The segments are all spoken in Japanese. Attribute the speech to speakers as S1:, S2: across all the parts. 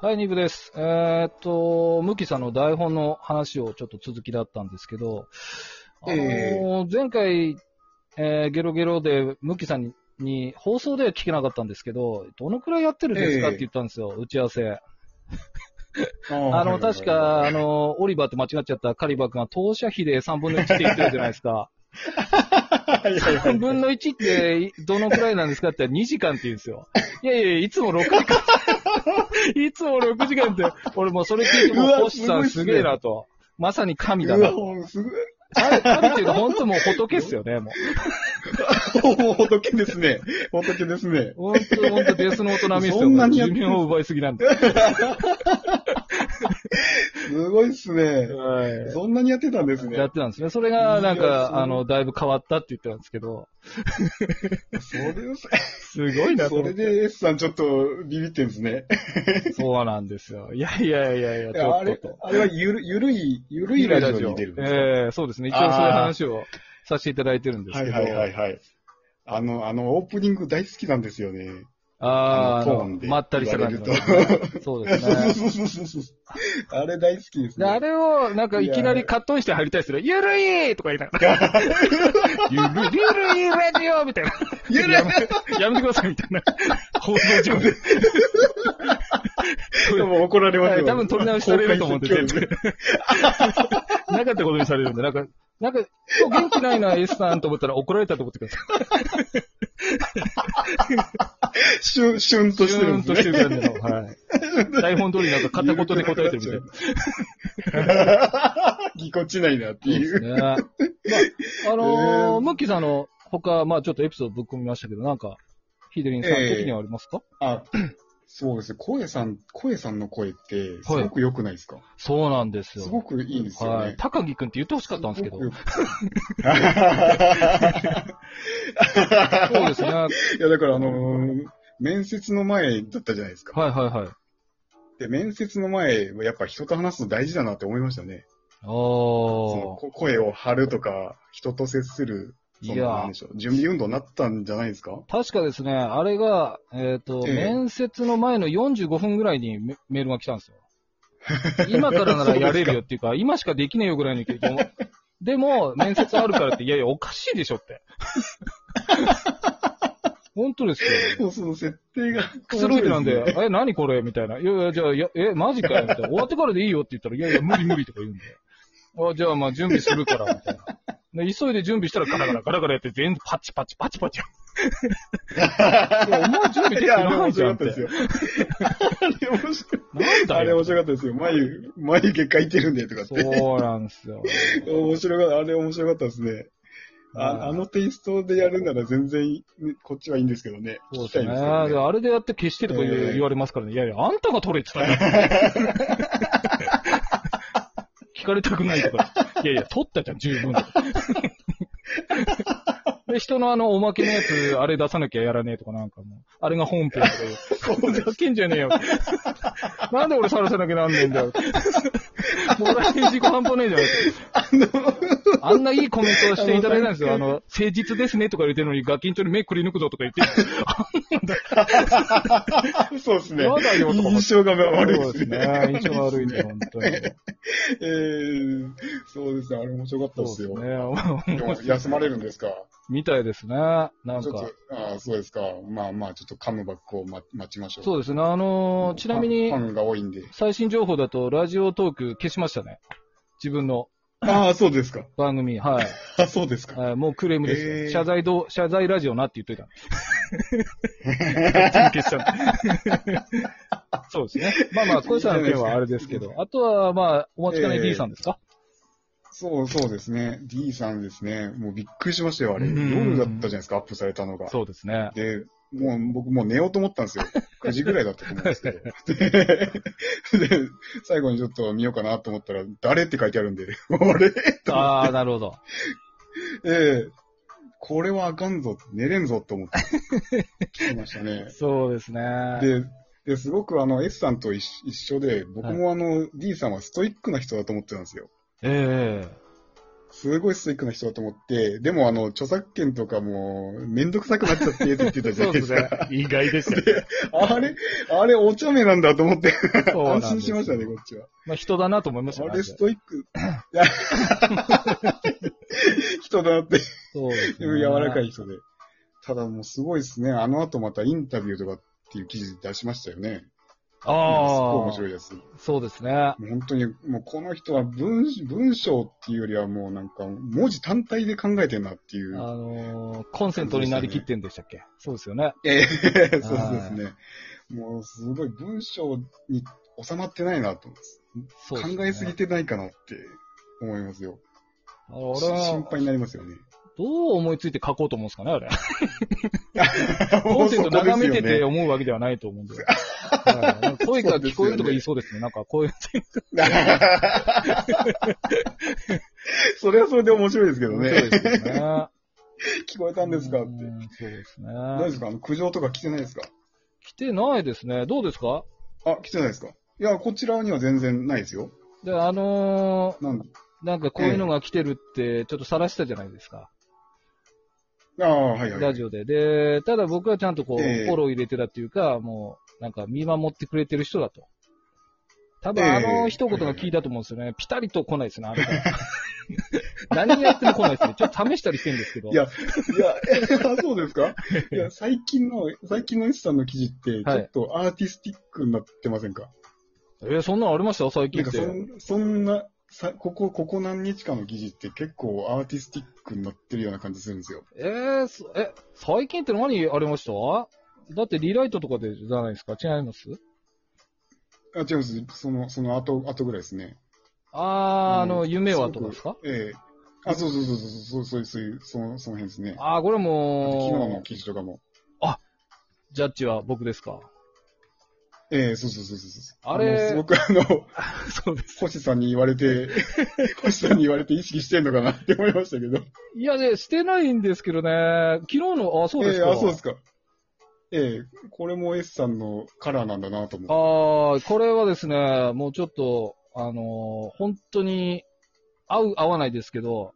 S1: はい、ニクです。えーっと、ムキさんの台本の話をちょっと続きだったんですけど、あのー
S2: え
S1: 前回、えーゲロゲロでムキさんに、に放送では聞けなかったんですけど、どのくらいやってるんですか
S2: え
S1: っ
S2: え
S1: て言ったんですよ、打ち合わせ。
S2: あ
S1: あの、確か、あ、の、オリバーって間違っちゃったカリバー君は当社比で3分の1って言ってるじゃないですか。
S2: はいはいはい
S1: 3分の1っていどのくらいなんですかって2時間って言うんですよ。いやいやいや、いつも6時間。 いつも6時間って、俺もうそれ聞いても
S2: うわ
S1: う、星さんすげえなと。まさに神だ
S2: うわ、
S1: な。
S2: もうすぐ、
S1: 神神っていうか本当もう仏っすよね、も
S2: もう仏ですね。仏ですね。
S1: う。本当本当デスの大人みっす
S2: そ
S1: よ。
S2: んなにやっ
S1: 寿
S2: てる
S1: 命を奪いすぎなんで。はい
S2: すごいっすね。そんなにやってたんです
S1: や
S2: ね
S1: っ。てたんですね。それが、なん
S2: いやそ
S1: か、
S2: う
S1: あの、だいぶ変わったって言ってたんですけど、
S2: それです
S1: すごいなと
S2: そ
S1: 思っ
S2: れ
S1: て
S2: で S さんちょっとビビってんですね。
S1: そうなんですよ。いやいやいやいや、ちょ
S2: あ
S1: っと
S2: れ
S1: と。、
S2: あれはゆる、ゆるい、ゆるいラジオに出るんですか
S1: ええそうですね。一応そういう話をさせていただいてるんです
S2: は
S1: け
S2: い
S1: ど。
S2: はいはいはい。あの、あの、オープニング大好きなんですよね。
S1: あ
S2: あの
S1: ー
S2: トーンで
S1: まったりした感じの
S2: 言われ
S1: そう
S2: そ
S1: で
S2: う
S1: すね。
S2: そうそうそうそう。 あれ大好きです
S1: で、
S2: ね。
S1: あ れを、なんか、いきなりカットインして入りたいですね。ゆるいとか言いながら。ゆるいゆるいラジオみたいな。
S2: ゆるい
S1: やめやめてください、みたいな。放送事故で。
S2: でも怒られます
S1: はい
S2: よ。
S1: 多分取り直しされると思って、
S2: 公開
S1: 全
S2: 説教
S1: 然。なかったことにされるんで、なんか、なんか、今日元気ないな、S さんと思ったら怒られたと思ってください。
S2: シュン、シュンとしてるん
S1: シューンと
S2: で
S1: し
S2: す
S1: て
S2: ね。
S1: る感じの。はい。台本通りなんか片言で答えてるみたいな。
S2: ぎこちないなってい
S1: そう です
S2: う。
S1: ね。まあ、あのー、ムッキーさんの他、まあちょっとエピソードぶっ込みましたけど、なんか、ヒデリンさん的にはありますか、
S2: あ、そうです。声さん、声さんの声って、すごく良くないですか、
S1: そうなんですよ。
S2: すごくいいんですよ
S1: は
S2: ね
S1: い。。高木くんって言ってほしかったんですけど。そ
S2: ご
S1: う
S2: く良
S1: ですね。はい
S2: いや、だからあのー面接の前だったじゃないですか。
S1: はいはい。
S2: で、面接の前、やっぱ人と話すの大事だなって思いましたね。その
S1: おー。
S2: こ声を張るとか、人と接する、そ
S1: い
S2: の
S1: や
S2: なんでしょう。準備運動になったんじゃないですか
S1: 確かですね、あれが、えっ、と、
S2: ええ
S1: 面接の前の45分ぐらいにメメールが来たんですよ。今からならやれるよっていうか、今しかできねえよぐらいの勢いで思う。でも、面接あるからって、いやいや、おかしいでしょって。本当ですよ。
S2: もうその設定が
S1: くつろいでなんで、
S2: 面白いすね
S1: え、何これみたいな。いやいや、じゃあ、いやえ、マジかよみたいな。終わってからでいいよって言ったら、いやいや、無理無理とか言うんで。あじゃあ、まあ、準備するから、みたいな。で急いで準備したらガラガラガラガラやって、全部パチパチパチパチ。いや、お前準備で
S2: い
S1: きて
S2: や、あれ
S1: な
S2: 面
S1: いじゃ
S2: 白
S1: ん
S2: か
S1: っ
S2: った
S1: て。
S2: ですよ。あれ面白い。
S1: なんだよ。
S2: あれ面白かったですよ。眉、眉毛描いてるんでとかって。
S1: そうなんですよ。
S2: 面白かった、あれ面白かったですね。ああのテイストでやるなら全然いい、こっちはいいんですけどね。
S1: そうですね。
S2: 聞きたいですけどね
S1: あれでやって消してとか言う
S2: ええ
S1: 言われますからね。いやいや、あんたが取れって言ったん だ聞かれたくないとか。いやいや、取ったじゃん、十分。 で、人のあの、おまけのやつ、あれ出さなきゃやらねえとかなんかもう、あれが本編とか言う。ふざけんじゃねえよ。なんで俺さらさなきゃなんねえんだよ。もらえ自己半端ねえじゃん。あんないいコメントをしていただいたんですよ。あの、誠実ですねとか言ってるのに、ガキンチョに目くり抜くぞとか言って、
S2: そうですね。
S1: やだよとか思って
S2: 印象が悪い
S1: そう
S2: ですね。
S1: 印象悪いね、本当に。
S2: えー、そうですね。あれ面白かった
S1: そうです
S2: で
S1: す
S2: よ。
S1: ね。
S2: 今日休まれるんですか
S1: みたいですね。なん
S2: ちょ
S1: か
S2: っと。、ああ、そうですか。まあまあ、ちょっとカムバックを待待ちましょう。
S1: そうですね。あのーちなみに
S2: ファ、ンファンが多いんで。
S1: 最新情報だと、ラジオトーク消しましたね。自分の
S2: ああ、そうですか。
S1: 番組。はい。
S2: あそうですか。
S1: はいもうクレームですよ、
S2: へー
S1: 謝罪どう、謝罪ラジオなって言っと いたの。消しちゃった。 そうですね。まあまあ、小さんの件はあれですけど。あとは、まあ、お待ちかね
S2: えー
S1: D さんですか、
S2: そうそうですね。D さんですね。もうびっくりしましたよ、あれ。
S1: うん
S2: 夜だったじゃないですか、アップされたのが。
S1: そうですね。
S2: で、もう僕もう寝ようと思った んですよ。9時ぐらいだったと思うんですけど。で、で最後にちょっと見ようかなと思ったら、誰って書いてあるんで、 俺
S1: ああ、なるほど。
S2: ええこれはあかんぞ、寝れんぞと思って、聞きました ね。
S1: そうですね。
S2: で、で、すごくあの、S さんと一一緒で、僕もあの、D さんはストイックな人だと思ってたんですよ。
S1: ええ
S2: すごいストイックな人だと思って、でもあの、著作権とかも、めんどくさくなっちゃってって言ってたじゃ
S1: そう
S2: ない
S1: で
S2: で
S1: すす
S2: か。
S1: ね。意外でしたね。
S2: あれ、あれお茶目なんだと思って、
S1: そうなん
S2: 安
S1: です
S2: 心しましたね、こっちは。
S1: まあ人だなと思いましたね
S2: あれ、ストイック。いや 人だなって、
S1: そうですね
S2: 柔らかい。人で。ただもうすごいですね。あの後またインタビューとかっていう記事出しましたよね。
S1: あ
S2: す
S1: あ
S2: ごい面白いやつ。も
S1: そうですね。
S2: う本当に、もうこの人は文文章っていうよりはもうなんか、文字単体で考えてんなってい
S1: あ
S2: う。
S1: のーコンセントになりきってんでしたっけそうですよね。
S2: え えそう
S1: はい
S2: ですね。もうすごい文章に収まってないなと思
S1: そうですね
S2: う考えすぎ。てないかなって思いますよ。
S1: あの俺
S2: 心配
S1: は、
S2: になります よね。
S1: どう思いついて書こうと思うんですかね、 あれ。コンセント眺めてて思うわけではないと思 うんで。はいなんか声が聞こえるとか言いそうですね。なんかこういう、
S2: それはそれで面白いですけど
S1: 面
S2: ね
S1: 白い。ですよね。
S2: 聞こえたんですかって
S1: う。んそうですね。
S2: 大丈夫ですかあの苦情とか来てないですか
S1: 来てないですね。どうですか
S2: あ、来てないですかいや、こちらには全然ないですよ。
S1: で、あの
S2: なん
S1: ーなんかこういうのが来てるって、ちょっと晒したじゃないですか。
S2: ああ、はいはい。
S1: ラジオで。で、ただ僕はちゃんとこう、
S2: ええ
S1: フォロー入れてたっていうか、もう、なんか見守ってくれてる人だと。多分
S2: ええ
S1: あの一言が効いたと思うんですよね。ピタリと来ないですね、あ れが何やっても来ないですね。ちょっと試したりしてるんですけど。
S2: いやいや、 えそうですかいや、最近の、最近の S さんの記事って、ちょっとアーティスティックになってませんか、
S1: えーそんなのありました最
S2: な
S1: 近
S2: ん
S1: っ
S2: か
S1: て
S2: そ。ん、そんな、さここ、ここ何日かの記事って結構アーティスティックになってるような感じするんですよ。
S1: えーそえ、最近って何ありましただってリライトとかでじゃないですか違います
S2: あ、違います。その、その後、後ぐらいですね。
S1: あー、あ
S2: う
S1: の、
S2: ん
S1: 夢はとかですか
S2: ええあ、そうそうそうそう、そうそうそういう、その、その辺ですね。
S1: あー、これ
S2: あと昨日
S1: も
S2: の、記事とかも。
S1: ジャッジは僕ですか
S2: ええそうそうそうそうそう。
S1: あれ
S2: のすごくあの、
S1: そうです。
S2: 星さんに言われ て、星さんに言われて意識してんのかなって思いましたけど。
S1: いやね、してないんですけどね、昨日の、あ、そうですか。
S2: ええあ、そうですか。ええこれも S さんのカラーなんだなと思っ
S1: あ
S2: て。
S1: ーこれはですね、もうちょっと、あのー本当に、合う、合わないですけど、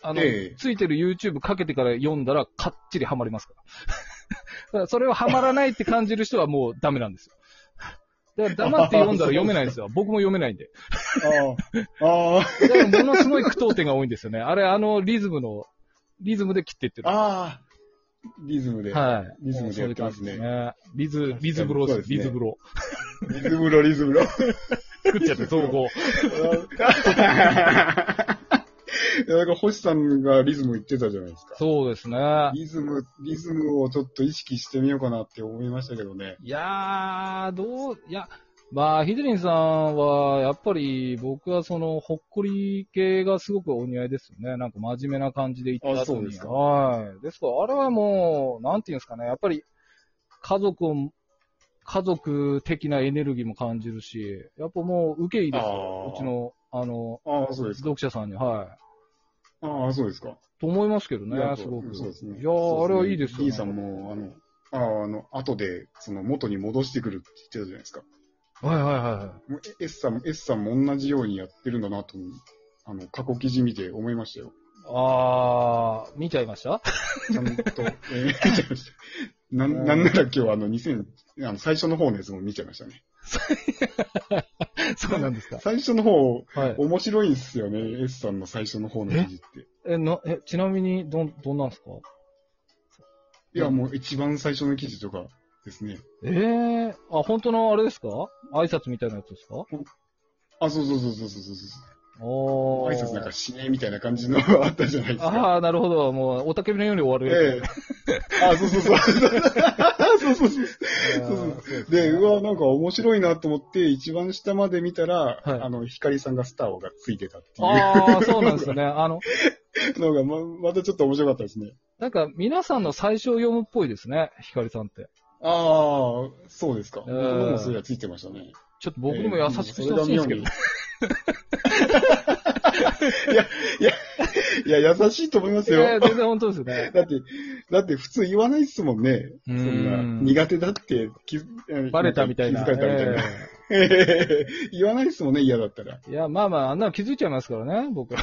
S1: あの、
S2: ええ
S1: ついてる YouTube かけてから読んだら、かっちりハマりますから。だからそ れをハマらないって感じる人はもうダメなんですよ。だから黙って読んだら読めないんです よ。僕も読めないんで。
S2: ああ、ああ、
S1: だからものすごい苦闘点が多いんですよね。あれ、あのリズムの、リズムで切っていってる。
S2: ああ、リズムで。
S1: はい。
S2: リズムでやってますね
S1: そういう感じですね。リズ、リズブロです。
S2: そうですね
S1: リズブロ。
S2: リズムロ、リズムロ。
S1: 作っちゃって、造 語。
S2: なんか星さんがリズム言ってたじゃないですか。
S1: そうですね。
S2: リズム、リズムをちょっと意識してみようかなって思いましたけどね。
S1: いやー、どう、いや、まあ、ヒデリンさんは、やっぱり、僕はその、ほっこり系がすごくお似合いですよね。なんか真面目な感じで言った
S2: あそ
S1: 後
S2: うで
S1: に。
S2: すか
S1: はい。ですから、あれはもう、なんていうんですかね。やっぱり、家族を、家族的なエネルギーも感じるし、やっぱもう、受けいいです
S2: あ
S1: よ。う
S2: ー
S1: ちの、あの、
S2: ああ、そうですか。
S1: 読者さんに、はい。
S2: ああ、そうですか。
S1: と思いますけど
S2: いや
S1: ね、すごく。
S2: そうですね。
S1: いやー、あれはいいですよ、ね。
S2: D さんも、あの、あああの、後で、その元に戻してくるって言ってたじゃないですか。
S1: はいはいはいはい。
S2: もう S さんも、S さんも同じようにやってるんだなと、あの、過去記事見て思いましたよ。
S1: あー、見ちゃいました
S2: ちゃんと、えー見ちゃいました。なん、なんなら今日あの、2000、あの、最初の方のやつも見ちゃいましたね。
S1: そうなんですか。
S2: 最初の方、
S1: はい。
S2: 面白いんですよね。S さんの最初の方の記事って。
S1: え、な、え、ちなみに、どん、どんなんですか
S2: いや、もう一番最初の記事とかですね。
S1: ええあ、本当のあれですか挨拶みたいなやつですかあ
S2: あ、そうそうそうそうそうそう
S1: あ
S2: そう。
S1: ー。
S2: 挨拶なんかしねえみたいな感 じのあったじゃないですか。
S1: ああ、なるほど。もう、おたけびのように終わるや
S2: ええあ、そうそうそう。そうそ
S1: つ。
S2: うそう。そうそう
S1: あーそう
S2: で、
S1: すね
S2: うわ、なんか面白いなと思って、一番下まで見たら、
S1: はい
S2: あの、ヒカリさんがスターがついてたってい
S1: ああ、そうなんですよね。あの、
S2: うのが、ま、またちょっと面白かったですね。
S1: なんか、皆さんの最初を読むっぽいですね。ひかりさんって。
S2: ああ、そうですか。
S1: え
S2: 僕
S1: え
S2: のもそれはついてましたね。
S1: ちょっと僕にも優しくしてほしいんですけど。
S2: いや、優しいと思います
S1: い
S2: よ。
S1: やいや全然本当ですよね。
S2: だって、だって普通言わないですもんね。
S1: う
S2: そんな、
S1: ん。
S2: 苦手だって気づ、
S1: バレたみたいな。
S2: 気づかれたみたいな。
S1: え
S2: ええ 言わないですもんね、嫌だっ たら。
S1: いや、まあまあ、あんなの気づいちゃいますからね、僕 は。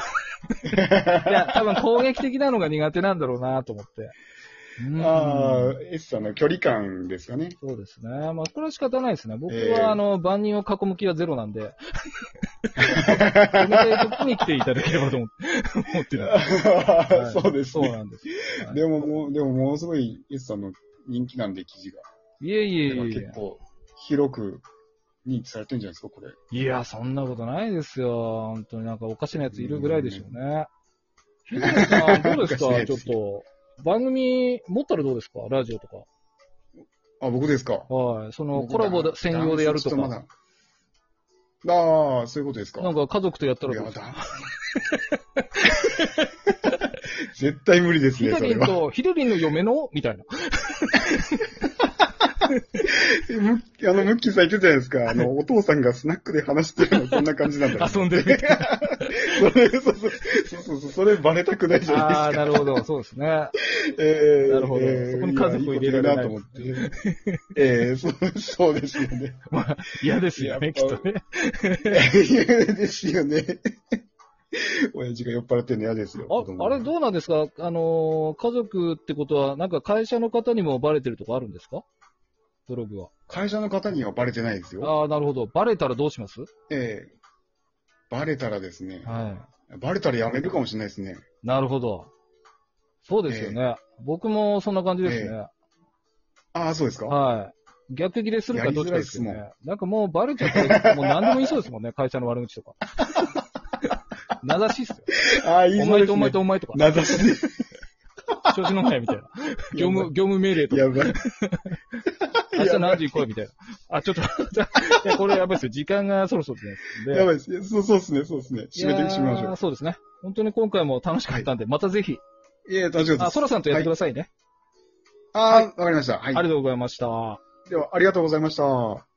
S1: いや、多分攻撃的なのが苦手なんだろうなと思って。うん
S2: ああ、S さんの距離感ですかね。
S1: そうですね。まあ、これは仕方ないですね。僕は、
S2: ええ
S1: あの、万人を囲む気はゼロなん で。やめたいとこに来ていただければと思って、 思ってるんではい
S2: そうです
S1: そう
S2: ね。
S1: なんです。はい
S2: でももう、でもものすごい S さんの人気なんで、記事が。
S1: いえいえ
S2: だから
S1: い
S2: 結構、広く認知されてるんじゃないですか、これ。
S1: え。いや、そんなことないですよ。本当になんかおかしなやついるぐらいでしょう ね。水谷さん、どうです
S2: おかしな
S1: か
S2: やつ
S1: ちょっと。番組持ったらどうですかラジオとか。
S2: あ、僕ですか。
S1: はい。そのコラボで専用でやるとか。
S2: 男性まだああ、そういうことですか。
S1: なんか家族とやったらどう
S2: や
S1: ですか
S2: だ。 絶対無理です
S1: ヒ
S2: ね、
S1: デ
S2: そ
S1: リ
S2: れ
S1: ン
S2: は。
S1: と、ヒデリンの嫁のみたいな。
S2: むあの、ムッキーさん言ってたじゃないですか。あの、お父さんがスナックで話してるの、そんな感じな んだ、
S1: 遊んでるみ たいな。
S2: それ、そうそう、そうそうそう、それバレたくないじゃないですか。
S1: ああー、なるほど。そうですね。
S2: ええ
S1: なるほど
S2: ええ
S1: そこに家族を入れられない
S2: やいいことやなと思って。ええそう、そうです よね。
S1: まあ、嫌ですよね、き
S2: や
S1: っ
S2: っぱ
S1: とね。
S2: 嫌ですよね。親父が酔っ払ってるの嫌ですよ。子供
S1: あ、あれどうなんですかあのー家族ってことは、なんか会社の方にもバレてるとかあるんですかブログは。
S2: 会社の方にはバレてないですよ。
S1: ああ、なるほど。バレたらどうします
S2: ええバレたらですね。
S1: は
S2: バレたらやめるかもしれないですね。
S1: い。なるほど。そうですよね。僕もそんな感じですね。
S2: ああ、そうですか。
S1: はい。逆切れするかどっちかですよ
S2: やりづ
S1: ね。なんかもうバレちゃったら、もう何でも言いそうです もんね、会社の悪口とか。 名指しっすよ。
S2: ああ、いい
S1: お
S2: そう
S1: 前
S2: です、
S1: と
S2: ね。
S1: お前とお前とか、
S2: 名指しです。
S1: 調子乗んなよみ たいな。業務、業務命令とか、
S2: やばい。
S1: 明日
S2: やば
S1: 何時に来いみたいな。あ、ちょっと、じゃあいやこれやばいですよ。時間がそろそろです
S2: い。
S1: ね。
S2: やばいです。いやそうそうですね、そうですね。締めていきまし
S1: い
S2: ょ
S1: やー
S2: う。
S1: そうですね。本当に今回も楽しかったんで、またぜひ、
S2: いや、大丈夫で
S1: あ、
S2: す。
S1: ソラさんとやってくださいね。
S2: ああ、わかりました。は
S1: あ
S2: い
S1: り。がとうございました。
S2: では、ありがとうございました。